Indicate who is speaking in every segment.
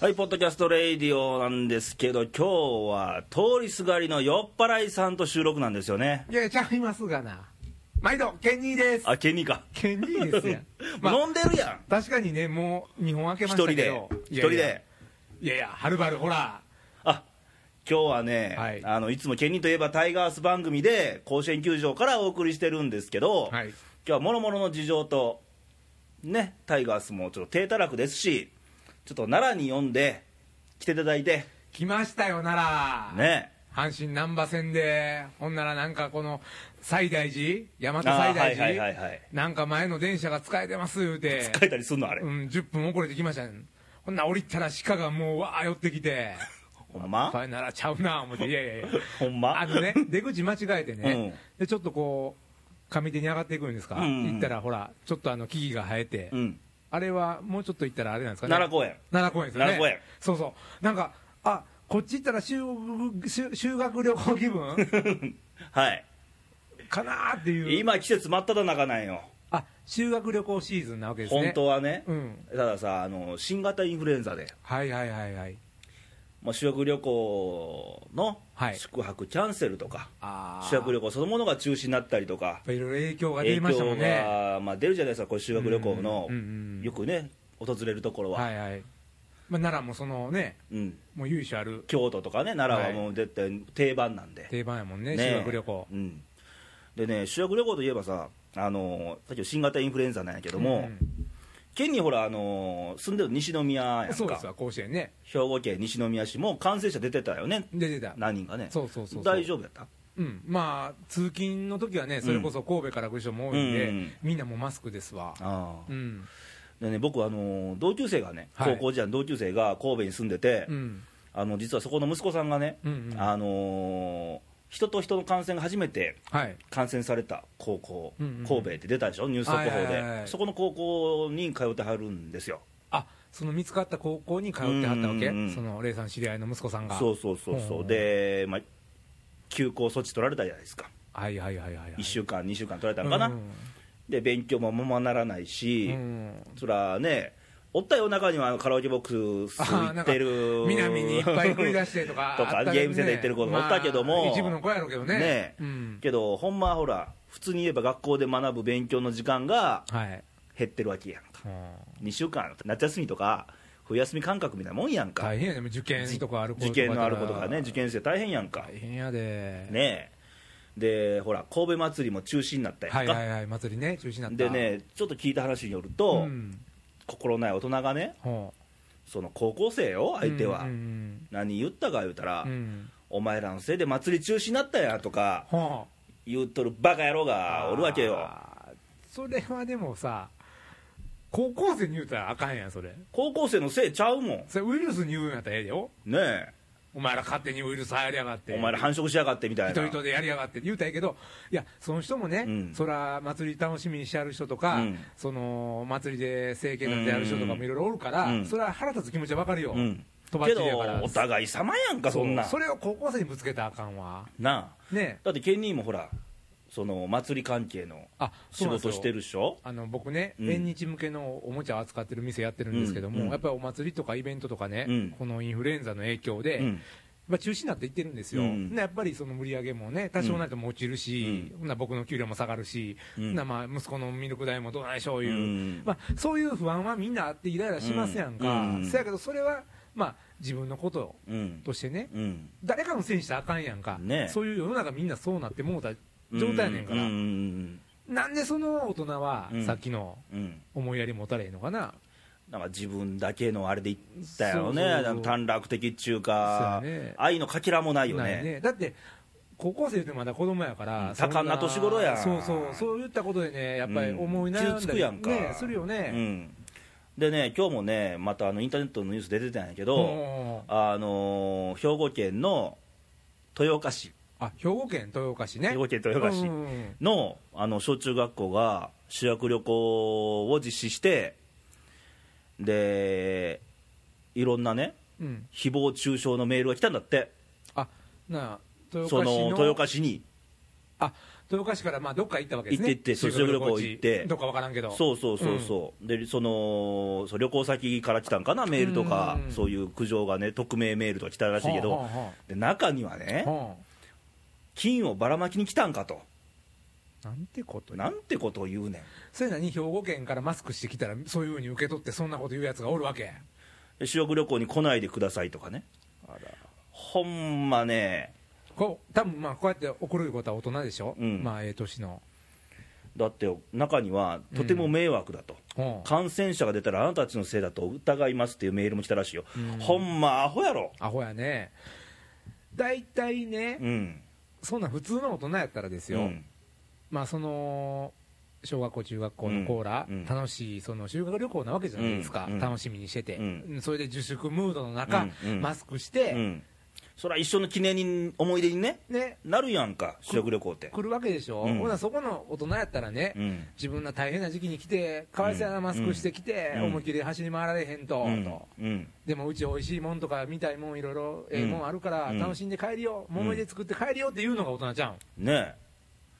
Speaker 1: はい、ポッドキャストレディオなんですけど、今日は通りすがりの酔っ払いさんと収録なんですよね。
Speaker 2: いや、ちゃいますがな。毎度、ケニーです。
Speaker 1: あ、ケニーか。
Speaker 2: ケニーで すやん。まあ、
Speaker 1: 飲んでるやん。
Speaker 2: 確かにね、もう日本明け
Speaker 1: 一
Speaker 2: まし
Speaker 1: 人
Speaker 2: たけ
Speaker 1: で
Speaker 2: ど。。
Speaker 1: 一人
Speaker 2: いやいや
Speaker 1: で。。
Speaker 2: いやいや、はるばる、ほら。
Speaker 1: あ、今日はね、
Speaker 2: はい
Speaker 1: あの、いつもケニーといえばタイガース番組で甲子園球場からお送りしてるんですけど、
Speaker 2: はい。
Speaker 1: 今日は諸々の事情と、ね、タイガースもちょっと低たらくですし、ちょっと奈良に呼んで来ていただいて、
Speaker 2: 来ましたよ、なら。。
Speaker 1: ね。
Speaker 2: 阪神難波線で、ほんならなんかこの、西大寺大和西
Speaker 1: あ
Speaker 2: 大
Speaker 1: ー
Speaker 2: 寺、
Speaker 1: はいはいはいはい。
Speaker 2: なんか前の電車が使えてます、言うて。
Speaker 1: 書いたりすんのあれ
Speaker 2: う。ん、10分遅れてきましたね。ほんなら降りたら鹿がもう、わー寄ってきて。
Speaker 1: ほんま
Speaker 2: ファイナラちゃうな、思って。いやいやいや。
Speaker 1: ほんま
Speaker 2: あ のね、出口間違えてね、でちょっとこう、上手に上がっていくんですか、
Speaker 1: うんうん
Speaker 2: 行ったらほら、ちょっとあの木々が生えて、
Speaker 1: うん。
Speaker 2: あれはもうちょっと行ったらあれなんですかね、
Speaker 1: 奈良公園。
Speaker 2: 奈良公園ですよね、
Speaker 1: 奈良公園
Speaker 2: そうそう、なんか、あこっち行ったら修学修修学旅行 気分
Speaker 1: はい。
Speaker 2: かなーっていう、
Speaker 1: 今季節真っ只中なんよ、
Speaker 2: あ修学旅行シーズンなわけですね、
Speaker 1: 本当はね、
Speaker 2: うん、
Speaker 1: たださあの、新型インフルエンザで、
Speaker 2: はいはいはいはい、
Speaker 1: まあ、修学旅行の
Speaker 2: はい
Speaker 1: 宿泊キャンセルとか、
Speaker 2: あー
Speaker 1: 修学旅行そのものが中止になったりとか、
Speaker 2: いろいろ影響が出
Speaker 1: 影
Speaker 2: ましたも
Speaker 1: 響
Speaker 2: んね、
Speaker 1: が、まあ、出るじゃないですか、こう修学旅行の、
Speaker 2: うんうんうん
Speaker 1: よくね、訪れるところは、
Speaker 2: はいはい、まあ、奈良もそのね、
Speaker 1: うん、
Speaker 2: もう由緒ある
Speaker 1: 京都とかね、奈良はもう絶対定番なんで、
Speaker 2: 定番やもんね、
Speaker 1: ね
Speaker 2: 修学旅行。
Speaker 1: うん、でね、修学旅行といえばさ、あのさっきの新型インフルエンザなんやけども、
Speaker 2: ん
Speaker 1: 県にほら、あの住んでる西宮やんか。
Speaker 2: そうですわ甲子園ね
Speaker 1: 兵庫県西宮市も感染者出てたよね、
Speaker 2: 出てた
Speaker 1: 何人かね、
Speaker 2: そうそうそうそう
Speaker 1: 大丈夫やった
Speaker 2: うんまあ通勤の時はねそれこそ神戸から来る人も多いんで、
Speaker 1: うん
Speaker 2: みんなもうマスクです
Speaker 1: あ
Speaker 2: わ
Speaker 1: あ
Speaker 2: うん
Speaker 1: でね、僕、あのー同級生がね、
Speaker 2: は
Speaker 1: 高
Speaker 2: い
Speaker 1: 校時代の同級生が神戸に住んでて、
Speaker 2: うん
Speaker 1: あの実はそこの息子さんがね、
Speaker 2: うんうん
Speaker 1: あのー人と人の感染が初めて
Speaker 2: はい
Speaker 1: 感染された高校、
Speaker 2: うんうんうん
Speaker 1: 神戸って出たでしょ、ニュース速報で、
Speaker 2: はいはいはいはい
Speaker 1: そこの高校に通ってはるんですよ、
Speaker 2: あその見つかった高校に通ってはった
Speaker 1: う
Speaker 2: わけ、
Speaker 1: んうんうん
Speaker 2: そのレイさん知り合いの息子さんが
Speaker 1: そうそうそう
Speaker 2: ほう
Speaker 1: そ
Speaker 2: ほ
Speaker 1: う、
Speaker 2: う
Speaker 1: で、まあ、休校措置取られたじゃないですか、
Speaker 2: はいはいはいはいはい
Speaker 1: 1週間、2週間取られたのかな、
Speaker 2: うん
Speaker 1: で勉強もままならないし。
Speaker 2: うん
Speaker 1: そらね、おったよ、中にはあのカラオケボックス行ってる、
Speaker 2: 南にいっぱい繰り出してとか
Speaker 1: とか
Speaker 2: あったけ
Speaker 1: ゲ
Speaker 2: どね
Speaker 1: ームセンター行ってる子もおったけども
Speaker 2: まあ一部の子やろうけどね
Speaker 1: ね
Speaker 2: うん、
Speaker 1: けど、ほんまはほら、普通に言えば学校で学ぶ勉強の時間が
Speaker 2: はい、
Speaker 1: 減ってるわけやんか、
Speaker 2: うん
Speaker 1: 2週間、夏休みとか、冬休み感覚みたいなもんやんか、
Speaker 2: 大変やでも受験とかある子と
Speaker 1: 受
Speaker 2: かや
Speaker 1: 験
Speaker 2: った
Speaker 1: の
Speaker 2: ら
Speaker 1: ある子とかね、受験生大変やんか、
Speaker 2: 大変やで
Speaker 1: ねえ、で、ほら、神戸祭りも中止になったやんか、
Speaker 2: はいはいはい祭りね中止になった
Speaker 1: でね、ちょっと聞いた話による
Speaker 2: う
Speaker 1: と、
Speaker 2: ん
Speaker 1: 心ない大人がね、
Speaker 2: ほう
Speaker 1: その高校生よ、相手は、
Speaker 2: うん
Speaker 1: 何言ったか言うたら、
Speaker 2: うんうんうん
Speaker 1: お前らのせいで祭り中止になったやとか。
Speaker 2: ほう
Speaker 1: 言うとるバカ野郎がおるわけよ
Speaker 2: あーそれはでもさ高校生に言うたらあかんやんそれ
Speaker 1: 高校生のせいちゃうもんね
Speaker 2: それウイルスに言うんやったらええよ
Speaker 1: え
Speaker 2: お前ら勝手にウイルス流行りやがって
Speaker 1: お前ら繁殖しやがってみたいな
Speaker 2: 人々でやりやがって言うたらええけどいやその人もね、
Speaker 1: うん
Speaker 2: そら祭り楽しみにしてある人とか、
Speaker 1: うん
Speaker 2: その祭りで政権なんてやる人とかもいろいろおるから、
Speaker 1: うん
Speaker 2: それは腹立つ気持ちはわかるよ、
Speaker 1: うん
Speaker 2: とばっ
Speaker 1: け
Speaker 2: ち
Speaker 1: ど
Speaker 2: りやから
Speaker 1: お互い様やんかそんな
Speaker 2: うそれを高校生にぶつけたらあかんわ
Speaker 1: なあ
Speaker 2: ねえ
Speaker 1: だってケニーもほらその祭り関係の
Speaker 2: あ
Speaker 1: 仕事して
Speaker 2: る
Speaker 1: るっしょ
Speaker 2: あの僕ね、
Speaker 1: うん
Speaker 2: 縁日向けのおもちゃを扱ってる店やってるんですけども、
Speaker 1: うんうん
Speaker 2: やっぱりお祭りとかイベントとかね、
Speaker 1: うん
Speaker 2: このインフルエンザの影響で、
Speaker 1: うん
Speaker 2: まあ、中止になっていってるんですよ、
Speaker 1: うん
Speaker 2: でやっぱりその売り上げもね、多少ないとも落ちるし、ほんな僕の給料も下がるし、
Speaker 1: うん
Speaker 2: ほんなまあ息子のミルク代もどうなんでしょういう、
Speaker 1: うん
Speaker 2: まあ、そういう不安はみんなあってイライラしますやんか、
Speaker 1: うんうん
Speaker 2: せやけど、それは、まあ、自分のこと
Speaker 1: うん
Speaker 2: としてね、
Speaker 1: うん
Speaker 2: 誰かのせいにしたらあかんやんか、
Speaker 1: ね
Speaker 2: そういう世の中、みんなそうなってもうた状態やねんから、
Speaker 1: うんうん
Speaker 2: なんでその大人は、
Speaker 1: うん
Speaker 2: さっきの
Speaker 1: うんうん
Speaker 2: 思いやり持たれへんのかな。
Speaker 1: なんか自分だけのあれでいったよね
Speaker 2: そうそうそう
Speaker 1: あの短絡的っちゅうか
Speaker 2: そうやね
Speaker 1: 愛のかけらもないよ
Speaker 2: ない
Speaker 1: ね
Speaker 2: ねだって高校生ってまだ子供やから、
Speaker 1: うん
Speaker 2: そん
Speaker 1: 多
Speaker 2: な
Speaker 1: 感な年頃やん
Speaker 2: そうそうそういったことでねやっぱり思い悩んだり、
Speaker 1: うん傷つくやんか
Speaker 2: ねするよ
Speaker 1: う
Speaker 2: ね、
Speaker 1: んでね今日もねまたあのインターネットのニュース出てたんやけ
Speaker 2: う
Speaker 1: ど、
Speaker 2: ん
Speaker 1: あのー兵庫県の豊岡市
Speaker 2: あ兵庫県豊岡市ね
Speaker 1: 兵庫県豊岡市
Speaker 2: うんうんうん
Speaker 1: のあの小中学校が修学旅行を実施してでいろんなね
Speaker 2: うん
Speaker 1: 誹謗中傷のメールが来たんだって
Speaker 2: あなあ豊
Speaker 1: そ
Speaker 2: 岡市の
Speaker 1: の豊岡市に
Speaker 2: あ豊岡市からまあどっか行ったわけですね
Speaker 1: 行って行って修学旅行行って
Speaker 2: どっかわからんけど
Speaker 1: そうそうそうそう、でそのそう旅行先から来たんかな、メールとか
Speaker 2: う、ん
Speaker 1: そういう苦情がね、匿名メールとか来たらしいけど、
Speaker 2: はあはあは
Speaker 1: で中にはね、
Speaker 2: は
Speaker 1: 金をばらまきに来たんかと、
Speaker 2: あなんてことに
Speaker 1: なんてことを言うねん
Speaker 2: それなに兵庫県からマスクしてきたらそういうふうに受け取ってそんなこと言うやつがおるわけ
Speaker 1: で、修学旅行に来ないでくださいとかね、
Speaker 2: あら
Speaker 1: ほんまね、
Speaker 2: こう多分まあこうやって怒ることは大人でしょ、
Speaker 1: うん
Speaker 2: まあええ年の、
Speaker 1: だって中には、とても迷惑だと。
Speaker 2: うん
Speaker 1: 感染者が出たらあなたたちのせいだと疑いますっていうメールも来たらしいよ、ほんまアホやろ、
Speaker 2: アホやね大体ね、
Speaker 1: うん、
Speaker 2: そんな普通の大人やったらですよ、
Speaker 1: うん
Speaker 2: まあその小学校中学校のコーラ、
Speaker 1: うんうん
Speaker 2: 楽しいその修学旅行なわけじゃないですか、
Speaker 1: うんうん
Speaker 2: 楽しみにしてて、
Speaker 1: うん
Speaker 2: うんそれで自粛ムードの中、
Speaker 1: うんうん
Speaker 2: マスクして、
Speaker 1: うん、そりゃ一緒の記念に思い出にね
Speaker 2: ね
Speaker 1: なるやんか修学旅行って
Speaker 2: 来るわけでしょ、
Speaker 1: うん
Speaker 2: ほなそこの大人やったらね、
Speaker 1: うん
Speaker 2: 自分の大変な時期に来て、かわいそうやな、
Speaker 1: うん
Speaker 2: マスクしてきて、
Speaker 1: うん
Speaker 2: 思いっきり走り回られへんと、
Speaker 1: うん
Speaker 2: と
Speaker 1: うん
Speaker 2: でもうちおいしいもんとか、見たいもん、いろいろ、ええもんあるから、
Speaker 1: うん
Speaker 2: 楽しんで帰りよ、
Speaker 1: ん
Speaker 2: 思い出作って帰りよっていうのが大人じゃん、
Speaker 1: ねえ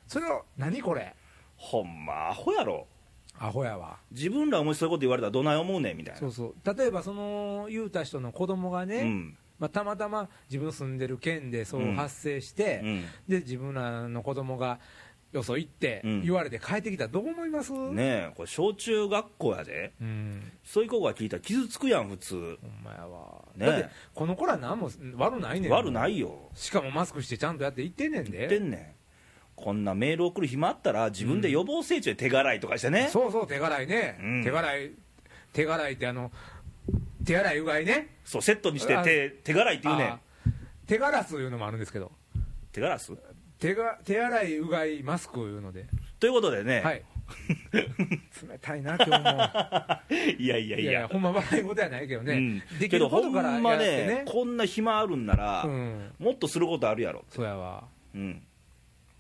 Speaker 2: それを、何これ、
Speaker 1: ほんまアホやろ
Speaker 2: アホやわ、
Speaker 1: 自分らもしそういうこと言われたらどない思うねんみたいな
Speaker 2: そうそう、例えばその言うた人の子供がね、
Speaker 1: うん
Speaker 2: まあ、たまたま自分の住んでる県でそううん発生して、
Speaker 1: うん
Speaker 2: で自分らの子供がよそ行って、
Speaker 1: うん
Speaker 2: 言われて帰ってきたら、どう思います、
Speaker 1: ねえこれ小中学校やで
Speaker 2: うん
Speaker 1: そういう子が聞いたら傷つくやん普通
Speaker 2: ほんまやわ、
Speaker 1: ねえ
Speaker 2: だってこの子ら何も悪ないねん
Speaker 1: 悪ないよ
Speaker 2: しかもマスクしてちゃんとやって行ってんねんで
Speaker 1: 言ってんねんこんなメール送る暇あったら自分で予防接種で手洗いとかしてね、
Speaker 2: そうそう手洗いね、
Speaker 1: うん
Speaker 2: 手洗い手洗いってあの手洗いうがいね
Speaker 1: そうセットにして
Speaker 2: あ
Speaker 1: 手手洗いって言うね
Speaker 2: あ
Speaker 1: ん
Speaker 2: 手ガラスいうのもあるんですけど
Speaker 1: 手ガラス
Speaker 2: 手が手洗いうがいマスクいうので
Speaker 1: ということでね、
Speaker 2: はい 冷たいな 今日
Speaker 1: い、やいや
Speaker 2: も
Speaker 1: いや
Speaker 2: ほんま笑い事やないけどね、
Speaker 1: うん、け
Speaker 2: できる
Speaker 1: ど
Speaker 2: こ
Speaker 1: ほ
Speaker 2: と
Speaker 1: ん
Speaker 2: からや
Speaker 1: ま
Speaker 2: ってね
Speaker 1: ねこんな暇あるんなら、
Speaker 2: うん
Speaker 1: もっとすることあるやろ、
Speaker 2: そうやわ
Speaker 1: うん、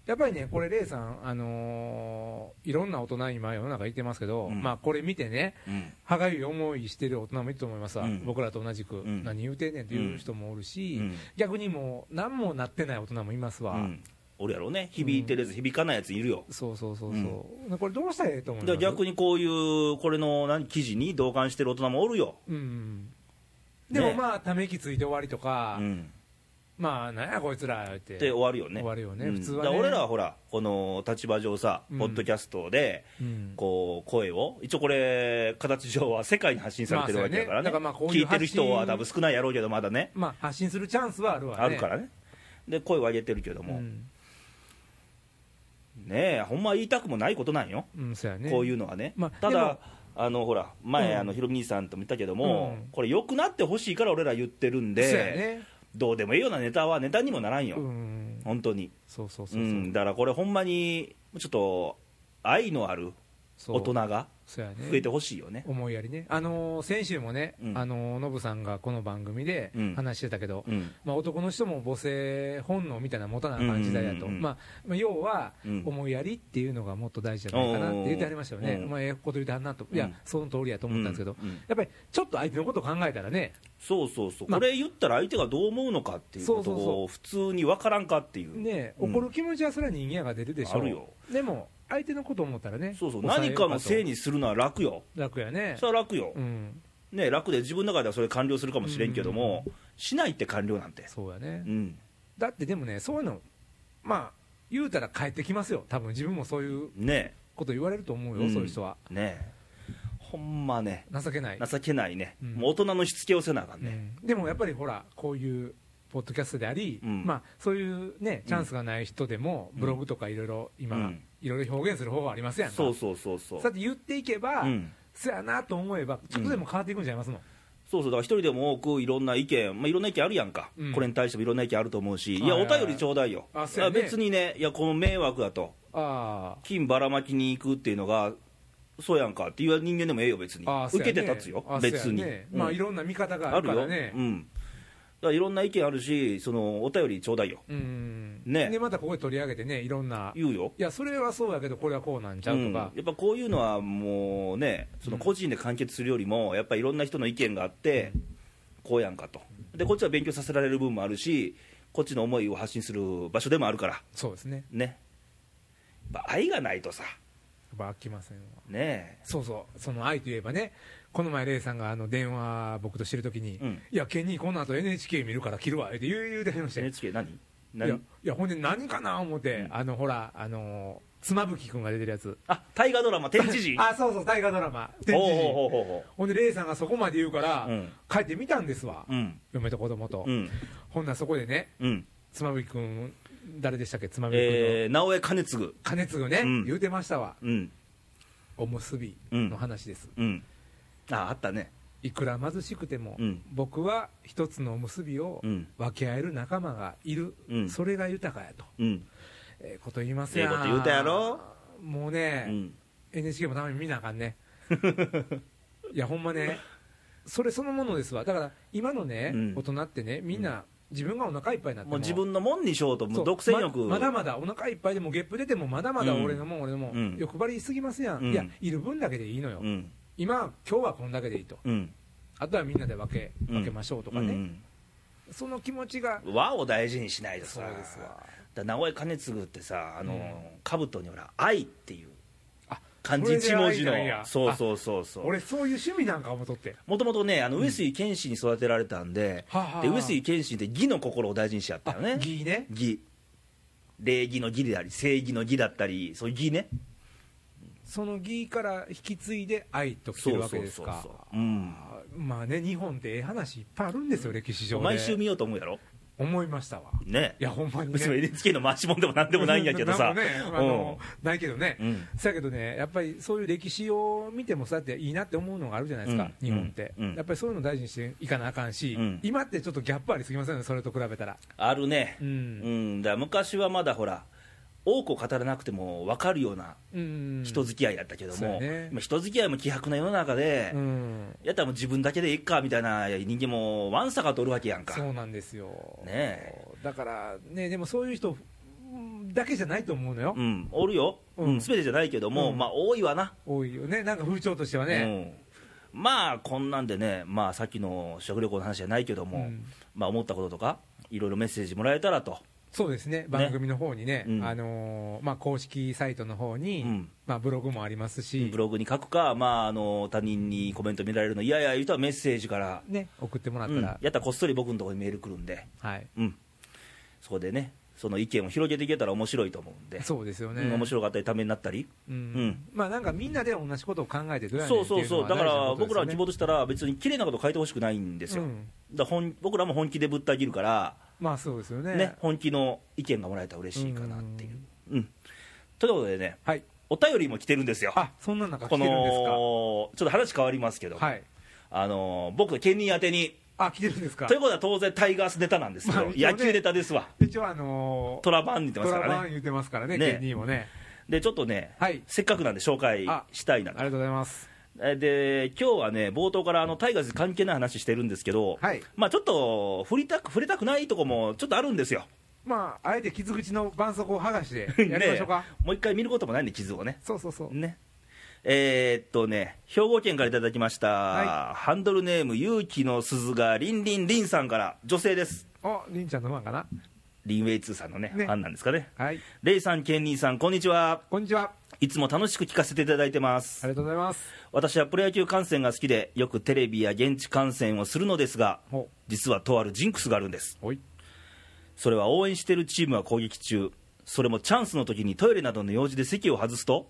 Speaker 2: やっぱりねこれレイさんあのーいろんな大人今世の中いてますけど、
Speaker 1: うん
Speaker 2: まあこれ見てね
Speaker 1: うん、
Speaker 2: 歯がゆい思いしてる大人もいると思いますわ、
Speaker 1: うん
Speaker 2: 僕らと同じく、
Speaker 1: ん
Speaker 2: 何言うてんねんっていう人もおるし、
Speaker 1: うん
Speaker 2: 逆にもう、何もなってない大人もいますわ、
Speaker 1: うん俺やろうね響いてるやつ、響かないやついるよ
Speaker 2: そうそうそうそう、これ、どうしたらええと思いま
Speaker 1: だ
Speaker 2: す
Speaker 1: 逆にこういうこれの何記事に同感してる大人もおるよ、
Speaker 2: うん、で
Speaker 1: ね
Speaker 2: もまあ、ため息ついて終わりとか、
Speaker 1: うん、
Speaker 2: まあ、なんやこいつらって、
Speaker 1: で終わるよね
Speaker 2: 終わるよね
Speaker 1: うん
Speaker 2: 普通はね
Speaker 1: だから俺らはほらこの立場上さ、
Speaker 2: うん
Speaker 1: ポッドキャストで
Speaker 2: うん
Speaker 1: こう声を一応これ形上は世界に発信されてるわけだからね,、
Speaker 2: まあそうやねだからまあこうい
Speaker 1: 聞
Speaker 2: う
Speaker 1: いてる人は
Speaker 2: 発信
Speaker 1: 多分少ないやろうけどまだね
Speaker 2: まあ、発信するチャンスはあるわね。
Speaker 1: あるからねで声を上げてるけども、
Speaker 2: うん
Speaker 1: ねえほんま言いたくもないことなんよ、
Speaker 2: うん、そうやね
Speaker 1: こういうのはね、
Speaker 2: まあ
Speaker 1: た
Speaker 2: で
Speaker 1: だ
Speaker 2: も
Speaker 1: あのほら前、
Speaker 2: うん
Speaker 1: あのひろみ兄さんとも言ったけども、
Speaker 2: うん
Speaker 1: これ良くなってほしいから俺ら言ってるん
Speaker 2: そうや
Speaker 1: で、
Speaker 2: ね、
Speaker 1: どうでもいいようなネタはネタにもならんよ、
Speaker 2: うん、
Speaker 1: 本当に
Speaker 2: そうそうそう
Speaker 1: う
Speaker 2: そう、
Speaker 1: ん、だからこれほんまにちょっと愛のある
Speaker 2: そう
Speaker 1: 大人が
Speaker 2: そうやね
Speaker 1: 増えてほしいよね
Speaker 2: 思いやりね、あのー先週もね、
Speaker 1: うん
Speaker 2: あのーノブさんがこの番組で
Speaker 1: うん
Speaker 2: 話してたけど、
Speaker 1: うん
Speaker 2: まあ、男の人も母性本能みたいなの持たなあかん時代だと、
Speaker 1: うんうんうんうん
Speaker 2: まあまあ、要は
Speaker 1: うん
Speaker 2: 思いやりっていうのがもっと大事じゃないかなって言ってありましたよね、
Speaker 1: うん
Speaker 2: まあ、ええこと言ってはんなと、
Speaker 1: うん
Speaker 2: いや、その通りやと思ったんですけど、
Speaker 1: うんうん
Speaker 2: やっぱりちょっと相手のことを考えたらね、
Speaker 1: そうそうそう、
Speaker 2: まあ
Speaker 1: これ言ったら相手がどう思うのかっていうこと
Speaker 2: そうそうそ
Speaker 1: を普通に分からんかっていう
Speaker 2: ね
Speaker 1: うん
Speaker 2: 怒る気持ちはそれは人間やが出るでしょう、
Speaker 1: あるよ
Speaker 2: でも相手のことを思ったらね、
Speaker 1: そうそう
Speaker 2: 抑え
Speaker 1: 何
Speaker 2: ようと
Speaker 1: かのせいにするのは楽よ
Speaker 2: 楽やね
Speaker 1: そ、れは楽よ、
Speaker 2: うん、
Speaker 1: ね楽で自分の中ではそれ完了するかもしれんけども、しないって完了なんて
Speaker 2: そうやね
Speaker 1: う。ん
Speaker 2: だってでもね、そういうの、まあ、言うたら帰ってきますよ、多分自分もそういう
Speaker 1: ね
Speaker 2: こと言われると思うよ、
Speaker 1: うん
Speaker 2: そういう人は。
Speaker 1: ねほんまね
Speaker 2: 情けない、
Speaker 1: 情けないね、
Speaker 2: うん
Speaker 1: もう大人のしつけをせなあかん
Speaker 2: う
Speaker 1: ね、
Speaker 2: んでもやっぱりほら、こういうポッドキャストであり、
Speaker 1: うん
Speaker 2: まあ、そういうね、チャンスがない人でも、
Speaker 1: ん
Speaker 2: ブログとかいろいろ、今、
Speaker 1: うん
Speaker 2: いろいろ表現する方法ありますやんか。
Speaker 1: そうそうそうそう
Speaker 2: さて言っていけば、
Speaker 1: うん
Speaker 2: そやなと思えば、ちょっとでも変わっていくんじゃいますの、
Speaker 1: そうそうだから一人でも多くいろんな意見、まあ、いろんな意見あるやんか、
Speaker 2: うん
Speaker 1: これに対してもいろんな意見あると思うし、いや
Speaker 2: はい
Speaker 1: お
Speaker 2: はい
Speaker 1: 便りちょうだいよ
Speaker 2: あそうやね
Speaker 1: いや別にねいやこの迷惑だと
Speaker 2: あ
Speaker 1: 金ばらまきに行くっていうのがそうやんかっていう人間でもええよ別に、
Speaker 2: あああ、
Speaker 1: 受けて
Speaker 2: そうやね
Speaker 1: 立つよ
Speaker 2: あ
Speaker 1: 別
Speaker 2: そう
Speaker 1: に、
Speaker 2: やねまあ、
Speaker 1: うん
Speaker 2: いろんな見方があ
Speaker 1: ある
Speaker 2: るから
Speaker 1: よ、
Speaker 2: ね
Speaker 1: う。ん、だからいろんな意見あるしそのお便りちょうだいよ
Speaker 2: うん
Speaker 1: ね
Speaker 2: で、またここで取り上げてね、いろんな
Speaker 1: 言うよ
Speaker 2: いや、それはそうやけど、これはこうなんちゃうとか
Speaker 1: ん、やっぱこういうのはもうね、その個人で完結するよりも、やっぱりいろんな人の意見があって、こうやんかと、でこっちは勉強させられる部分もあるし、こっちの思いを発信する場所でもあるから、
Speaker 2: そうですね、
Speaker 1: ね、ぱ愛がないとさ
Speaker 2: っぱ飽きませんわ
Speaker 1: ね
Speaker 2: そうそうその愛といえばねこの前レイさんがあの電話僕としてるときに、
Speaker 1: うん
Speaker 2: いやケニーこの後 NHK 見るから切るわ」って言う言うてはりまし
Speaker 1: え
Speaker 2: たよ
Speaker 1: NHK 何
Speaker 2: いや
Speaker 1: 何
Speaker 2: いやほんで何かな思って、
Speaker 1: うん
Speaker 2: あのほらあの妻夫木君が出てるやつ
Speaker 1: あ大河ドラマ「天知事」
Speaker 2: あそうそう大河ドラマ「天
Speaker 1: ほうほ
Speaker 2: 智
Speaker 1: う
Speaker 2: 人
Speaker 1: ほうほうほ
Speaker 2: ほんでレイさんがそこまで言うから、
Speaker 1: うん
Speaker 2: 帰ってみたんですわ、
Speaker 1: ううん
Speaker 2: 嫁と子供と、
Speaker 1: うん
Speaker 2: ほんならそこでね
Speaker 1: うん
Speaker 2: 妻夫木君誰でしたっけ妻夫木君の、
Speaker 1: えー直江兼次
Speaker 2: 金継ぐね、
Speaker 1: うん
Speaker 2: 言うてましたわ
Speaker 1: うん
Speaker 2: おむすびの話です、
Speaker 1: うんああったね
Speaker 2: いくら貧しくても、
Speaker 1: うん
Speaker 2: 僕は一つのおむすびを
Speaker 1: うん
Speaker 2: 分け合える仲間がいる、
Speaker 1: うん
Speaker 2: それが豊かやと、
Speaker 1: うん
Speaker 2: ええこと言いますやん
Speaker 1: ええこと言うたやろ
Speaker 2: もう
Speaker 1: う
Speaker 2: ね、
Speaker 1: ん
Speaker 2: NHK もたまに見なあか んねいやほんまねそれそのものですわだから今のね、
Speaker 1: うん
Speaker 2: 大人ってねみんな、自分がお腹いっぱいになって
Speaker 1: も
Speaker 2: も
Speaker 1: う自分のもんにしようとも
Speaker 2: そうう
Speaker 1: 独占欲
Speaker 2: ままだまだお腹いっぱいでもゲップ出てもまだまだ
Speaker 1: うん
Speaker 2: 俺のもん、俺のもん、
Speaker 1: うん
Speaker 2: 欲張りすぎますやん、
Speaker 1: うん
Speaker 2: いやいる分だけでいいのよ、
Speaker 1: うん
Speaker 2: 今今日はこんだけでいいと
Speaker 1: うん
Speaker 2: あとはみんなで分け
Speaker 1: うん
Speaker 2: 分けましょうとかね、その気持ちが
Speaker 1: 和を大事にしないと
Speaker 2: そ
Speaker 1: さ
Speaker 2: うですわ
Speaker 1: だ直江兼次ってさあの、
Speaker 2: うん
Speaker 1: 兜にほら「愛」っていう
Speaker 2: あ
Speaker 1: 漢字
Speaker 2: そ
Speaker 1: 一
Speaker 2: れで
Speaker 1: 文
Speaker 2: 愛
Speaker 1: 字
Speaker 2: なんや
Speaker 1: のそうそうそうそう
Speaker 2: 俺そういう趣味なんかもとって
Speaker 1: もともとねあの上杉謙信に育てられたんで,、
Speaker 2: はあはあ
Speaker 1: で上杉謙信って義の心を大事にしちゃったよね
Speaker 2: あ義ね
Speaker 1: 義礼儀の義であり正義の義だったりそういう義ね
Speaker 2: その義から引き継いで愛と来て
Speaker 1: そ
Speaker 2: る
Speaker 1: う
Speaker 2: わ
Speaker 1: そ
Speaker 2: け
Speaker 1: う
Speaker 2: です
Speaker 1: そう
Speaker 2: か
Speaker 1: そう、うん、
Speaker 2: あまあね日本ってええ話いっぱいあるんですよ歴史上で
Speaker 1: 毎週見ようと思うやろ
Speaker 2: 思いましたわ
Speaker 1: ね
Speaker 2: いやほんまにね
Speaker 1: 別に NHK の回しもんでもなんでもないんやけどさ、
Speaker 2: なんもねあのないけどね、
Speaker 1: うん
Speaker 2: そやけどね、やっぱりそういう歴史を見ても、そうやっていいなって思うのがあるじゃないですか、
Speaker 1: うん
Speaker 2: 日本って、
Speaker 1: うん
Speaker 2: やっぱりそういうの大事にしていかなあかんし、
Speaker 1: うん
Speaker 2: 今ってちょっとギャップありすぎませんね、それと比べたら。
Speaker 1: あるね、
Speaker 2: う
Speaker 1: うんんだから昔はまだほら多くを語らなくても分かるような
Speaker 2: うん、
Speaker 1: 人付き合いだったけど
Speaker 2: そうや
Speaker 1: も、
Speaker 2: ね
Speaker 1: 今人付き合いも希薄な世の中で、
Speaker 2: うん、
Speaker 1: やったらもう自分だけでいっかみたいな人間もわんさかとおるわけやん
Speaker 2: そ
Speaker 1: か
Speaker 2: うなんですよ、
Speaker 1: ね
Speaker 2: だからね、でもそういう人うんだけじゃないと思うのよ、
Speaker 1: うんおるよ、
Speaker 2: うん
Speaker 1: うん、全てじゃないけども、
Speaker 2: うん
Speaker 1: まあ多いわな、
Speaker 2: 多いよね、なんか風潮としてはね、
Speaker 1: うん、まあこんなんでね、まあ、さっきの食旅行の話じゃないけども、
Speaker 2: うん
Speaker 1: まあ、思ったこととかいろいろメッセージもらえたらと、
Speaker 2: そうですね、番組の方にね、
Speaker 1: うん
Speaker 2: あのーまあ、公式サイトの方に、
Speaker 1: うん
Speaker 2: まあ、ブログもありますし
Speaker 1: ブ。ログに書くか、まあ、あの他人にコメント見られるの嫌や言う人はメッセージから、
Speaker 2: ね、送ってもらっ
Speaker 1: う
Speaker 2: た
Speaker 1: ん
Speaker 2: ら
Speaker 1: や、ったらこっそり僕のところにメール来るんで、
Speaker 2: はい、
Speaker 1: うん、そこでねその意見を広げていけたら面白いと思うんで
Speaker 2: そうですよね、
Speaker 1: うん面白かったりためになったり、
Speaker 2: うん
Speaker 1: ん
Speaker 2: まあなんかみんなで同じことを考えてどうやねん
Speaker 1: そう
Speaker 2: って
Speaker 1: そう
Speaker 2: いうの
Speaker 1: そう
Speaker 2: は
Speaker 1: だ
Speaker 2: 大事
Speaker 1: か
Speaker 2: な
Speaker 1: ら
Speaker 2: ことです
Speaker 1: 僕
Speaker 2: よ
Speaker 1: ら
Speaker 2: ね
Speaker 1: 希望としたら別に綺麗なこと書いてほしくないんですよ、
Speaker 2: うん
Speaker 1: だから本僕らも本気でぶった切るから、
Speaker 2: まあそうですよね
Speaker 1: ね本気の意見がもらえたら嬉しいかなっていう、うんということでね
Speaker 2: はい
Speaker 1: お便りも来てるんですよ
Speaker 2: あそんな中来て
Speaker 1: こ
Speaker 2: る
Speaker 1: の
Speaker 2: んです
Speaker 1: ちょっと話変わりますけど、
Speaker 2: かはい
Speaker 1: あの僕とケニー宛てに
Speaker 2: あ来てるんですか
Speaker 1: ということは当然タイガースネタなんですけ
Speaker 2: まあ
Speaker 1: ど、
Speaker 2: 一応ね
Speaker 1: 野球ネタですわ
Speaker 2: 一応あのー
Speaker 1: トラバンに言ってますか
Speaker 2: トラ
Speaker 1: ら
Speaker 2: バ
Speaker 1: ね
Speaker 2: ン言ってますからね
Speaker 1: ね
Speaker 2: ケニーもね
Speaker 1: でちょっとね、
Speaker 2: はい
Speaker 1: せっかくなんで紹介
Speaker 2: あ
Speaker 1: したい
Speaker 2: あ
Speaker 1: な
Speaker 2: りがとうございます
Speaker 1: えで今日はね冒頭からあのタイガース関係ない話してるんですけど、
Speaker 2: はい
Speaker 1: まあちょっと触りたく触れたくないとこもちょっとあるんですよ
Speaker 2: まああえて傷口の絆創膏を剥がして やりましょうか、
Speaker 1: ねもう一回見ることもないんで傷をね
Speaker 2: そうそうそう
Speaker 1: ねえーっとね兵庫県からいただきました、
Speaker 2: は
Speaker 1: ハンドルネーム勇気の鈴がりんりんりんさんから女性です
Speaker 2: ありんちゃんのファンかな
Speaker 1: リンウェイ2さんのね
Speaker 2: ね
Speaker 1: ファンなんですかね
Speaker 2: はい
Speaker 1: レイさんケンニーさんこんにちは
Speaker 2: こんにちはあ
Speaker 1: いつも楽しく聞かせていただいてます
Speaker 2: りがとうございます
Speaker 1: 私はプロ野球観戦が好きでよくテレビや現地観戦をするのですが
Speaker 2: ほ
Speaker 1: 実はとあるジンクスがあるんです
Speaker 2: うおい
Speaker 1: それは応援しているチームは攻撃中それもチャンスの時にトイレなどの用事で席を外すと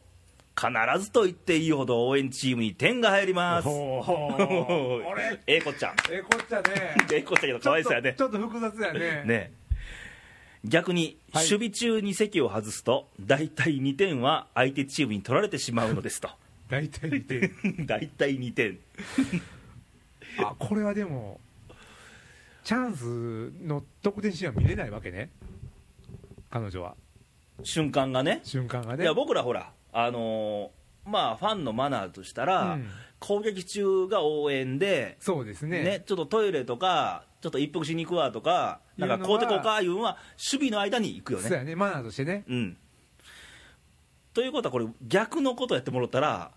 Speaker 1: 必ずと言っていいほど応援チームに点が入ります
Speaker 2: ほうほう 俺
Speaker 1: ええこっちゃん
Speaker 2: えこっちゃね
Speaker 1: ええこっちゃんけどかわい そうやね
Speaker 2: ちょっとちょっと複雑やね
Speaker 1: ね逆に、
Speaker 2: はい
Speaker 1: 守備中に席を外すと大体2点は相手チームに取られてしまうの ですと
Speaker 2: 大体似 てる
Speaker 1: 大体2点
Speaker 2: あこれはでもチャンスの得点シーンは見れないわけね彼女は
Speaker 1: 瞬間がね
Speaker 2: 瞬間が
Speaker 1: い
Speaker 2: ね
Speaker 1: や僕らほらあのーまあファンのマナーとしたら、
Speaker 2: うん
Speaker 1: 攻撃中が応援で
Speaker 2: そうですね
Speaker 1: ねちょっとトイレとかちょっと一服しに行くわとかなんか
Speaker 2: いうのは
Speaker 1: こうてこうかいうんは守備の間に行くよ
Speaker 2: そう
Speaker 1: ね
Speaker 2: やねマナーとしてね
Speaker 1: うんということはこれ逆のことやってもらったら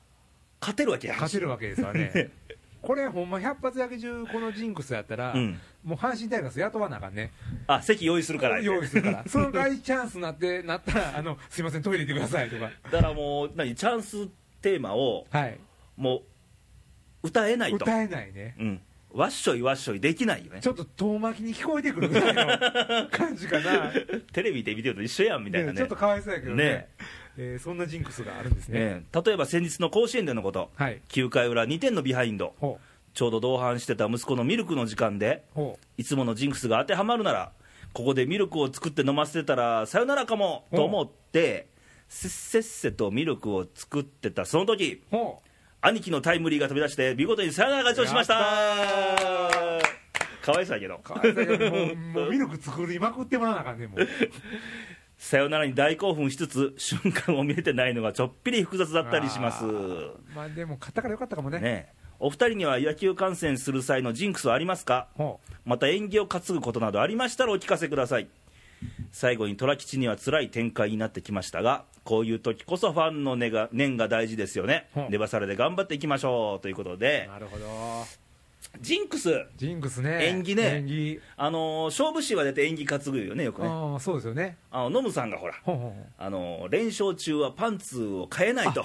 Speaker 1: 勝てるわけやん
Speaker 2: 勝てるわけですわねこれほんま100発焼け中このジンクスやったら、
Speaker 1: うん
Speaker 2: もう阪神タイガース雇わなあかんね
Speaker 1: あ席用意するから
Speaker 2: 用意する からその
Speaker 1: だか
Speaker 2: 大チャンスなってなったらあのすいませんトイレ行ってくださいとから
Speaker 1: もう何チャンステーマを
Speaker 2: はい
Speaker 1: もう歌えないと
Speaker 2: 歌えないね
Speaker 1: うん、わっしょいわっしょいできないよね
Speaker 2: ちょっと遠巻きに聞こえてくるぐらいの 感じかな、
Speaker 1: テレビで見てると一緒やんみたいな
Speaker 2: ね
Speaker 1: ね
Speaker 2: ちょっとかわいそうやけどね
Speaker 1: ね
Speaker 2: えーそんなジンクスがあるんですね
Speaker 1: ええ例えば先日の甲子園でのこと
Speaker 2: はい
Speaker 1: 9回裏2点のビハインド
Speaker 2: ほ
Speaker 1: ちょうど同伴してた息子のミルクの時間で
Speaker 2: うほ
Speaker 1: いつものジンクスが当てはまるならここでミルクを作って飲ませてたらさよならかもと思ってせっせっせとミルクを作ってたその時
Speaker 2: うほ
Speaker 1: 兄貴のタイムリーが飛び出して見事にさよなら勝ちをしました
Speaker 2: や
Speaker 1: かわいそうやけど
Speaker 2: うかわいそうやけ どもうもうミルク作りまくってもらわなあかんねもう
Speaker 1: さよならに大興奮しつつ瞬間を見れてないのがちょっぴり複雑だったりします
Speaker 2: あ
Speaker 1: ね
Speaker 2: ーまあでも買ったからよかったかもね
Speaker 1: えお二人には野球観戦する際のジンクスはありますか
Speaker 2: ほ
Speaker 1: また演技を担ぐことなどありましたらお聞かせください最後に虎吉には辛い展開になってきましたがこういう時こそファンの念が念が大事ですよね
Speaker 2: うん
Speaker 1: ネバサラで頑張っていきましょうということ
Speaker 2: う
Speaker 1: で
Speaker 2: なるほど
Speaker 1: ジンクス
Speaker 2: ジンクスね
Speaker 1: 縁起ね
Speaker 2: 縁起
Speaker 1: あのー勝負師は出て演技担ぐよねよくね
Speaker 2: ああそうですよね
Speaker 1: あのノムさんがほら
Speaker 2: ほうほう
Speaker 1: あのー連勝中はパンツを変えないと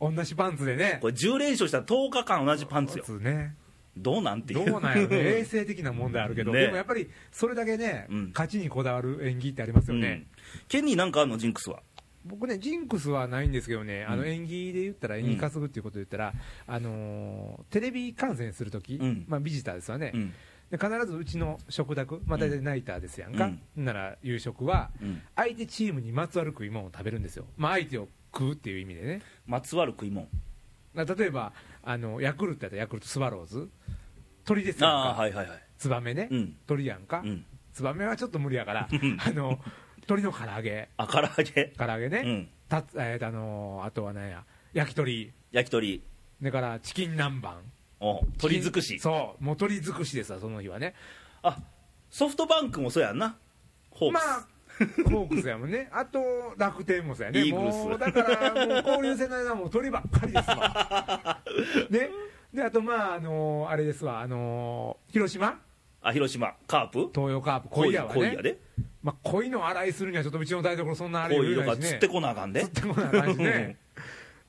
Speaker 2: ほう同じパンツでね
Speaker 1: これ10連勝したら10日間同じパンツよ
Speaker 2: パンツね
Speaker 1: どうなんてい
Speaker 2: ど
Speaker 1: う
Speaker 2: うなんやろね衛生的な問題あるけど、
Speaker 1: ね
Speaker 2: でもやっぱりそれだけね、
Speaker 1: うん
Speaker 2: 勝ちにこだわる演技ってあります
Speaker 1: う
Speaker 2: よ
Speaker 1: ん
Speaker 2: ね、
Speaker 1: ケニーなんかあんのジンクスは
Speaker 2: 僕ねジンクスはないんですけどね、あ
Speaker 1: う
Speaker 2: の
Speaker 1: ん
Speaker 2: 演技で言ったら演技担ぐっていうことで言ったら、あのーテレビ観戦するとき、
Speaker 1: うん
Speaker 2: まあ、ビジターですわね、
Speaker 1: うん
Speaker 2: で必ずうちの食卓、まあ、大体ナイターですやんか、なら夕食は
Speaker 1: うん
Speaker 2: 相手チームにまつわる食い物を食べるんですよ、まあ、相手を食うっていう意味でね
Speaker 1: まつわる食い物
Speaker 2: な例えばあのヤクルトやったらヤクルトスワローズ鳥ですやん
Speaker 1: ああ
Speaker 2: か、
Speaker 1: はいはいはい
Speaker 2: ツバメね、
Speaker 1: うん
Speaker 2: 鳥やんか、
Speaker 1: うん
Speaker 2: ツバメはちょっと無理やから、あの鶏の唐揚げ、
Speaker 1: あ唐揚げ
Speaker 2: 唐揚げね、
Speaker 1: うん
Speaker 2: たえーとあのーあとは何や、焼き鳥、
Speaker 1: 焼き鳥
Speaker 2: それからチキン南蛮、
Speaker 1: お鳥尽く
Speaker 2: チキ
Speaker 1: し
Speaker 2: ンそう、もう鳥尽くしですわ、その日はね、
Speaker 1: あソフトバンクもそうやんなホーク
Speaker 2: ま
Speaker 1: ス、
Speaker 2: あ、ホークスやもんね、 あと楽天もそうやね、
Speaker 1: イーグルス
Speaker 2: もうだから、もう交流戦の間はもう鳥ばっかりですわ、 ね、であと、まあ、あのーあれですわ、あのー広島、
Speaker 1: あ広島カープ
Speaker 2: 東洋カープ、恋やわ
Speaker 1: 恋
Speaker 2: ね
Speaker 1: や。で
Speaker 2: まあ、恋の洗いするにはちょっとうちの台所そんなあれ
Speaker 1: 恋
Speaker 2: 言
Speaker 1: よ
Speaker 2: う
Speaker 1: か
Speaker 2: ないしね
Speaker 1: 釣ってこなあかんで
Speaker 2: 釣ってこない感じね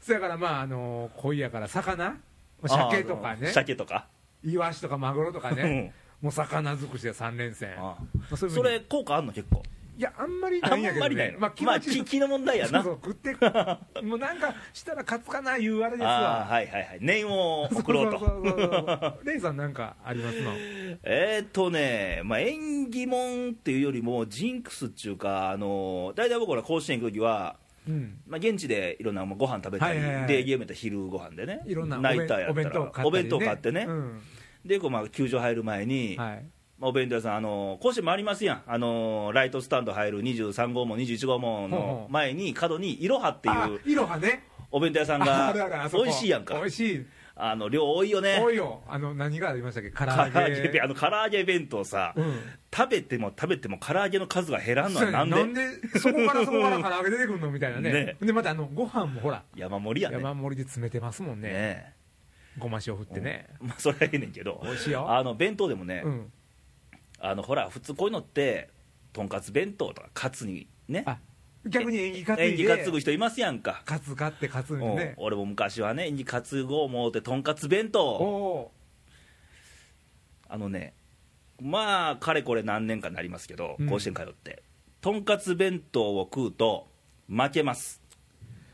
Speaker 2: そやからまああの鯉やから魚まあ鮭とか
Speaker 1: あ
Speaker 2: ね
Speaker 1: あ鮭とか
Speaker 2: イワシとかマグロとかねもう魚尽くしで3連戦
Speaker 1: ああ
Speaker 2: まあそういうふ
Speaker 1: そ
Speaker 2: うに
Speaker 1: れ効果あんの結構
Speaker 2: いやあんまり
Speaker 1: あ
Speaker 2: なんいんやけど、
Speaker 1: まりない
Speaker 2: ね
Speaker 1: の、
Speaker 2: ま
Speaker 1: ま
Speaker 2: あ
Speaker 1: あ
Speaker 2: 気持ち
Speaker 1: 気気の問題や
Speaker 2: そ
Speaker 1: な
Speaker 2: うそう食ってもうなんかしたら勝つかないうあれです
Speaker 1: あ
Speaker 2: わ
Speaker 1: あはいはいはい念を送ろうと
Speaker 2: そうそうそうそうレイさんなんかありますの
Speaker 1: えーっとね、まあ、縁起物っていうよりも、ジンクスっていうか、あの大体僕ら甲子園行くときは、
Speaker 2: うん
Speaker 1: まあ、現地でいろんなもうご飯食べたり、
Speaker 2: はいはいはい
Speaker 1: デーゲームやったら昼ご飯でね、
Speaker 2: いろんなお
Speaker 1: ナイ
Speaker 2: 弁
Speaker 1: ターや
Speaker 2: お
Speaker 1: った
Speaker 2: 弁当
Speaker 1: ら
Speaker 2: 買ったり、ね、
Speaker 1: お弁当買ってね、
Speaker 2: うん
Speaker 1: でこうまあ球場入る前に、
Speaker 2: はい、
Speaker 1: まあ、お弁当屋さん、あの甲子園もありますやん、あのライトスタンド入る23号も21号も
Speaker 2: ほう
Speaker 1: の
Speaker 2: ほう
Speaker 1: 前に、角にいろはってい
Speaker 2: あ
Speaker 1: う
Speaker 2: いろはね
Speaker 1: お弁当屋さん
Speaker 2: あ
Speaker 1: が
Speaker 2: あるあるあそこ
Speaker 1: 美味しいやんか
Speaker 2: 美、味しい
Speaker 1: あの量多いよね
Speaker 2: 多、いよあの何がありましたっけ唐
Speaker 1: 唐
Speaker 2: 揚
Speaker 1: 揚
Speaker 2: げ
Speaker 1: げべあの唐揚げ弁当さ。
Speaker 2: うん
Speaker 1: 食べても食べても唐揚げの数が減らんの
Speaker 2: そう
Speaker 1: は
Speaker 2: やね
Speaker 1: なんで
Speaker 2: なんでそこからそこから唐揚げ出てくるのみたいなね
Speaker 1: ね
Speaker 2: でまたあのご飯もほら
Speaker 1: 山盛りやね
Speaker 2: 山盛りで詰めてますもん
Speaker 1: ね
Speaker 2: ね
Speaker 1: え
Speaker 2: ごま塩振ってね、
Speaker 1: まあそれはええ ねんけど
Speaker 2: 美味しいよ
Speaker 1: あの弁当でもね、
Speaker 2: うん
Speaker 1: あのほら普通こういうのってとんかつ弁当とかカツにね
Speaker 2: あ逆に縁起担い
Speaker 1: 演
Speaker 2: で
Speaker 1: 技担ぐ人いますやんか、
Speaker 2: カツ買ってカツにね
Speaker 1: うん俺も昔はね演技担ごう思うてとんかつ弁
Speaker 2: お
Speaker 1: 当
Speaker 2: お
Speaker 1: あのねまあかれこれ何年かになりますけど
Speaker 2: うん
Speaker 1: 甲子園通って、とんかつ弁当を食うと負けます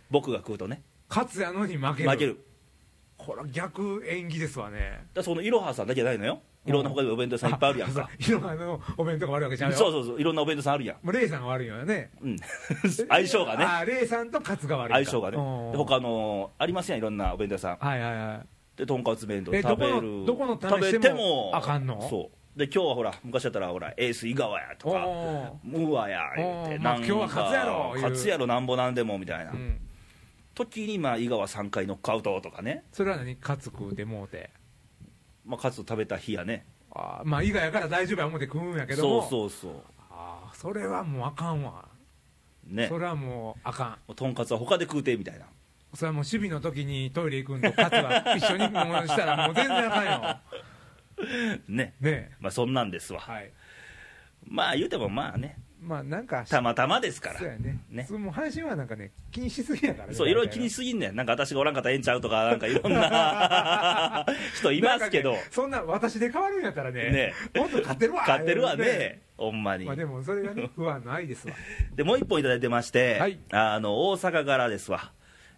Speaker 1: 僕が食うとね
Speaker 2: カツやのに負ける
Speaker 1: 負ける
Speaker 2: これは逆縁起ですわね
Speaker 1: だからそのいろはさんだけじゃないのよいろんな他にもお弁当屋さんいっぱいあるやんか
Speaker 2: いろはのお弁当が悪いわけじゃんよ
Speaker 1: そうそうそういろんなお弁当屋さんあるやん、
Speaker 2: もうレイさんが悪いよね
Speaker 1: うん 相性がね
Speaker 2: あレイさんとカツが悪いん
Speaker 1: 相
Speaker 2: か
Speaker 1: 性がね
Speaker 2: うん
Speaker 1: で他のありますやんいろんなお弁当屋さん
Speaker 2: はいはいはい
Speaker 1: でとんかつ弁当
Speaker 2: え
Speaker 1: 食べる
Speaker 2: どこのどこの
Speaker 1: 食べ
Speaker 2: 試してて
Speaker 1: も
Speaker 2: もあかんの
Speaker 1: そうで今日はほら昔だったらほらエース井川やと
Speaker 2: お
Speaker 1: か
Speaker 2: お
Speaker 1: ムーアや言うて
Speaker 2: おーまあ
Speaker 1: なんか
Speaker 2: 今日は勝つやろいう
Speaker 1: 勝つやろなんぼなんでもみたいな、
Speaker 2: ーうん
Speaker 1: 時にまあ井川3回ノックアウトとかね、
Speaker 2: それは何カツ食うてもうて
Speaker 1: まあ、カツ食べた日やね
Speaker 2: あーまあ以外やから大丈夫や思うて食うんやけど
Speaker 1: そ
Speaker 2: も
Speaker 1: うそうそう
Speaker 2: あーそれはもうあかんわ、
Speaker 1: ね
Speaker 2: それはもうあかん
Speaker 1: とんかつは他で食うてみたいな
Speaker 2: それはもう守備の時にトイレ行くんと勝は一緒にもうしたらもう全然あか んよ
Speaker 1: ね、
Speaker 2: ねえ
Speaker 1: まあ、そんなんですわ、
Speaker 2: はい
Speaker 1: まあ言うてもまあね、
Speaker 2: まあなんか
Speaker 1: たまたまですから
Speaker 2: そう、やね
Speaker 1: ね
Speaker 2: そうもう阪神はなんかね気にしすぎやからね
Speaker 1: そういろいろ気にしすぎんねん、なんか私がおらんかったらええんちゃうとか、なんかいろんな 人いますけど、
Speaker 2: なんかねそんな私で変わるんやったらね
Speaker 1: ね
Speaker 2: もっと勝ってるわ
Speaker 1: 買ってるわね、ほんまに
Speaker 2: まあ。でもそれ がね不安の愛ですわ
Speaker 1: でもう一本いただいてまして、
Speaker 2: はい
Speaker 1: あの大阪からですわ、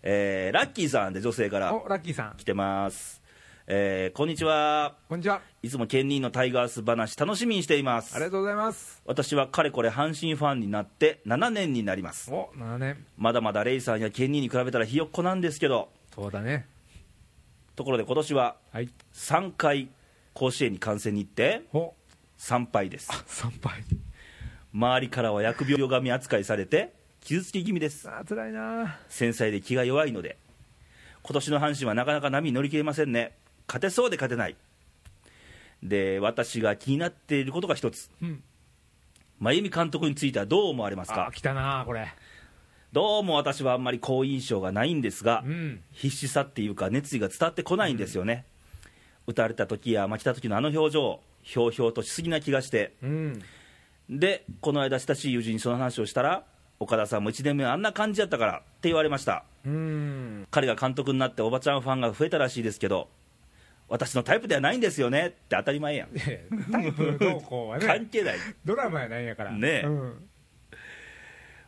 Speaker 1: えーラッキーさんで女性から
Speaker 2: おラッキーさん
Speaker 1: 来てます、えーこんにちは、
Speaker 2: こんにちはい
Speaker 1: つも県人のタイガース話、楽しみにしています
Speaker 2: あり。がとうございます
Speaker 1: 私はかれこれ阪神ファンになって7年になります
Speaker 2: お7年
Speaker 1: まだまだレイさんやケニーに比べたらひよっこなんですけど
Speaker 2: そうだね
Speaker 1: ところで今年は
Speaker 2: はい
Speaker 1: 3回甲子園に観戦に行って
Speaker 2: お
Speaker 1: 3敗です
Speaker 2: 参拝
Speaker 1: 周りからは疫病神扱いされて傷つき気味です
Speaker 2: あー辛いな
Speaker 1: 繊細で気が弱いので今年の阪神はなかなか波に乗り切れませんね勝てそうで勝てないで私が気になっていることが一つ
Speaker 2: うん
Speaker 1: 真由美監督についてはどう思われます
Speaker 2: あ
Speaker 1: か
Speaker 2: ー来たなこれ
Speaker 1: どうも私はあんまり好印象がないんですが、
Speaker 2: うん
Speaker 1: 必死さっていうか熱意が伝わってこないんですよね、打たれた時や負けた時のあの表情ひょうひょうとしすぎな気がして
Speaker 2: うん
Speaker 1: でこの間親しい友人にその話をしたら岡田さんも1年目はあんな感じやったからって言われました
Speaker 2: うん
Speaker 1: 彼が監督になっておばちゃんファンが増えたらしいですけど私のタイプではないんですよねって当たり前やん
Speaker 2: いやいや タイプどうこ うは
Speaker 1: 関
Speaker 2: ね
Speaker 1: 係ない
Speaker 2: ドラマやないんやから
Speaker 1: ねえ
Speaker 2: うん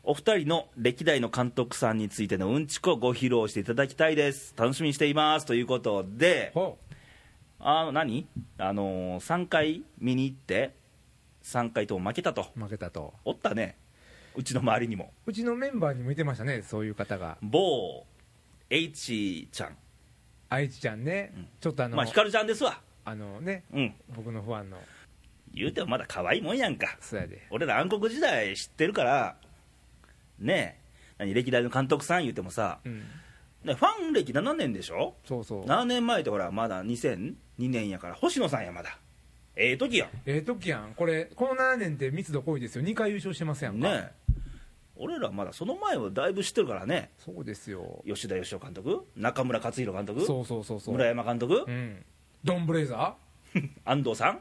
Speaker 1: お二人の歴代の監督さんについてのうんちくをご披露していただきたいです楽しみにしていますということで
Speaker 2: ほ
Speaker 1: あの何あのー、3回見に行って3回とも負けたと
Speaker 2: う負けたと
Speaker 1: おったねうちの周りにも
Speaker 2: うちのメンバーにもいてましたねそういう方が
Speaker 1: 某 H ちゃん
Speaker 2: 愛知ちゃんね
Speaker 1: うん
Speaker 2: ちょっとあの、
Speaker 1: まあひかるちゃんですわ
Speaker 2: あのね
Speaker 1: うん
Speaker 2: 僕のファンの
Speaker 1: 言うてもまだ可愛いもんやんか
Speaker 2: そやで
Speaker 1: 俺ら暗黒時代知ってるからねえ何歴代の監督さん言うてもさ、
Speaker 2: うん
Speaker 1: ね、ファン歴7年でしょ
Speaker 2: そうそう
Speaker 1: 7年前ってほらまだ2002年やから星野さんやまだええ時や
Speaker 2: ええ時やんこれこの7年で密度濃いですよ2回優勝してますやんか
Speaker 1: ねえ俺らまだその前はだいぶ知ってるからね
Speaker 2: そうですよ
Speaker 1: 吉田義雄監督、中村克弘監督、
Speaker 2: そうそうそうそう
Speaker 1: 村山監督、
Speaker 2: うんドンブレイザ
Speaker 1: 安藤さん、
Speaker 2: ー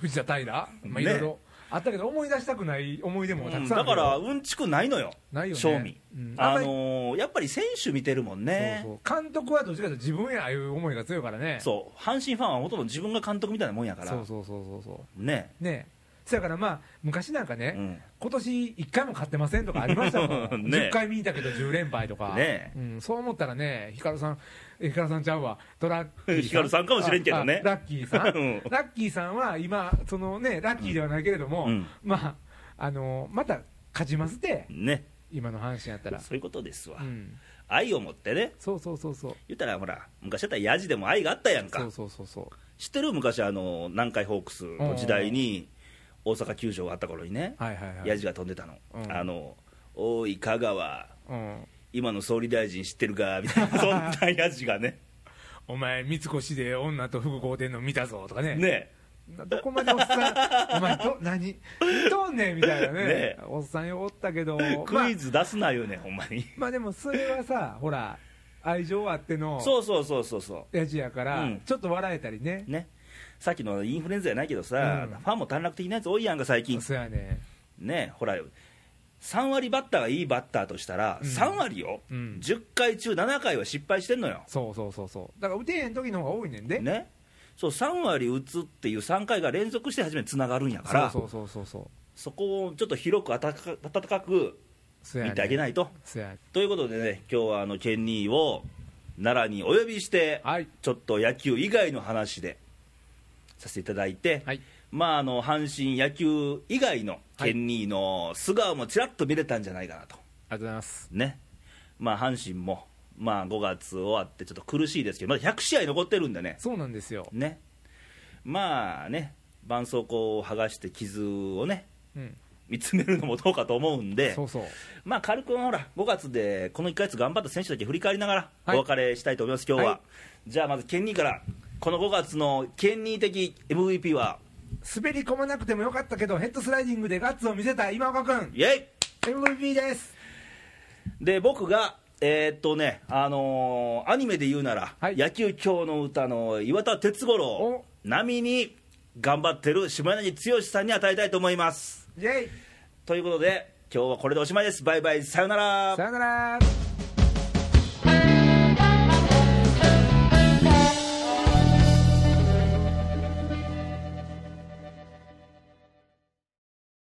Speaker 2: 藤田平ま
Speaker 1: ね
Speaker 2: あいろいろあったけど思い出したくない思い出もた
Speaker 1: うん
Speaker 2: くさんあ
Speaker 1: だ
Speaker 2: る
Speaker 1: からうんちくないのよ、
Speaker 2: ないよね
Speaker 1: 正味、
Speaker 2: うん
Speaker 1: あのーやっぱり選手見てるもんね、
Speaker 2: そうそう監督はどっちかというと自分やああいう思いが強いからね
Speaker 1: そう阪神ファンはほとんど自分が監督みたいなもんやから、
Speaker 2: そうそうそうそうそ
Speaker 1: ね、
Speaker 2: うねえそやからまあ昔なんかね、
Speaker 1: うん
Speaker 2: 今年1回も勝ってませんとかありましたも ん、
Speaker 1: ね
Speaker 2: 10回見たけど10連敗とか、
Speaker 1: ね
Speaker 2: うん、そう思ったらね、ヒカルさん、えヒカルさんちゃうわ、トラッキー
Speaker 1: ヒカルさんかもしれんけどね
Speaker 2: ああラッキーさん、
Speaker 1: うん
Speaker 2: ラッキーさんは今、そのね、ラッキーではないけれども、
Speaker 1: うん
Speaker 2: まあ、あのまた勝ちますで、
Speaker 1: ね、
Speaker 2: 今の阪神やったら、
Speaker 1: そういうことですわ、
Speaker 2: うん、
Speaker 1: 愛を持ってね、
Speaker 2: そうそうそうそう、
Speaker 1: 言ったらほら、昔だったらヤジでも愛があったやんか、
Speaker 2: そうそうそうそう、
Speaker 1: 知ってる、昔、あの南海ホークスの時代に、大阪球場があった頃にね、
Speaker 2: はいはいはい、
Speaker 1: ヤジが飛んでたの、
Speaker 2: うん
Speaker 1: あの大井、香川、
Speaker 2: うん、
Speaker 1: 今の総理大臣知ってるかみ たいな、そんなやじがね、
Speaker 2: お前、三越で女と服買うてんの見たぞとかね。
Speaker 1: ね
Speaker 2: などこまでおっ さん、お前と、何、見とんねんみたいなね、
Speaker 1: ね
Speaker 2: おっさんよおったけど、まあ
Speaker 1: クイズ出すなよね、ほんまに。
Speaker 2: まあでもそれはさ、ほら、愛情あっての
Speaker 1: そうそうそうそうそ
Speaker 2: やじやから、
Speaker 1: うん
Speaker 2: ちょっと笑えたりね
Speaker 1: う、、ね、さっきのインフルエンザやないけどさ、
Speaker 2: うん
Speaker 1: ファンも短絡的なやつ多いやんか、最近、
Speaker 2: そやね、
Speaker 1: ね、ほら、3割バッターがいいバッターとしたら、
Speaker 2: うん
Speaker 1: 3割よ、
Speaker 2: うん
Speaker 1: 10回中7回は失敗してんのよ、
Speaker 2: そうそうそうそう、だから打てへん時の方が多いねんで、
Speaker 1: ね、そう3割打つっていう3回が連続して初めてつながるんやから、そ
Speaker 2: そうそうそうそうそう、
Speaker 1: こをちょっと広く温か温かく
Speaker 2: そやね、
Speaker 1: 見てあげないと。
Speaker 2: そやね、
Speaker 1: ということでね、今日はあのケンニーを奈良にお呼びして、
Speaker 2: はい、
Speaker 1: ちょっと野球以外の話でさせていただいて、
Speaker 2: はい、
Speaker 1: まあ、あの阪神野球以外のケンニーの素顔もちらっと見れたんじゃないかなと、
Speaker 2: ありがとうございます、
Speaker 1: ね、まあ、阪神も、まあ、5月終わってちょっと苦しいですけど、まだ100試合残ってるんでね、
Speaker 2: そうなんですよ、
Speaker 1: ねまあね、絆創膏を剥がして傷をね、
Speaker 2: うん、
Speaker 1: 見つめるのもどうかと思うんで。
Speaker 2: そうそう、
Speaker 1: まあ、軽くほら、5月でこの1ヶ月頑張った選手だけ振り返りなが
Speaker 2: は
Speaker 1: ら、
Speaker 2: い
Speaker 1: お別れしたいと思います、今日は。
Speaker 2: は
Speaker 1: じゃあ、まず、ケンニーから、この5月のケンニー的 MVP は、
Speaker 2: 滑り込まなくてもよかったけど、ヘッドスライディングでガッツを見せた今岡君、
Speaker 1: イェイ
Speaker 2: MVP です、
Speaker 1: で、僕が、えーっとね、あのーアニメで言うなら、
Speaker 2: はい
Speaker 1: 野球狂の歌の岩田哲五郎
Speaker 2: お、
Speaker 1: 並みに頑張ってる島柳剛さんに与えたいと思います。
Speaker 2: イェイ
Speaker 1: ということで、今日はこれでおしまいです。バイバイ、さよなら
Speaker 2: さ。よなら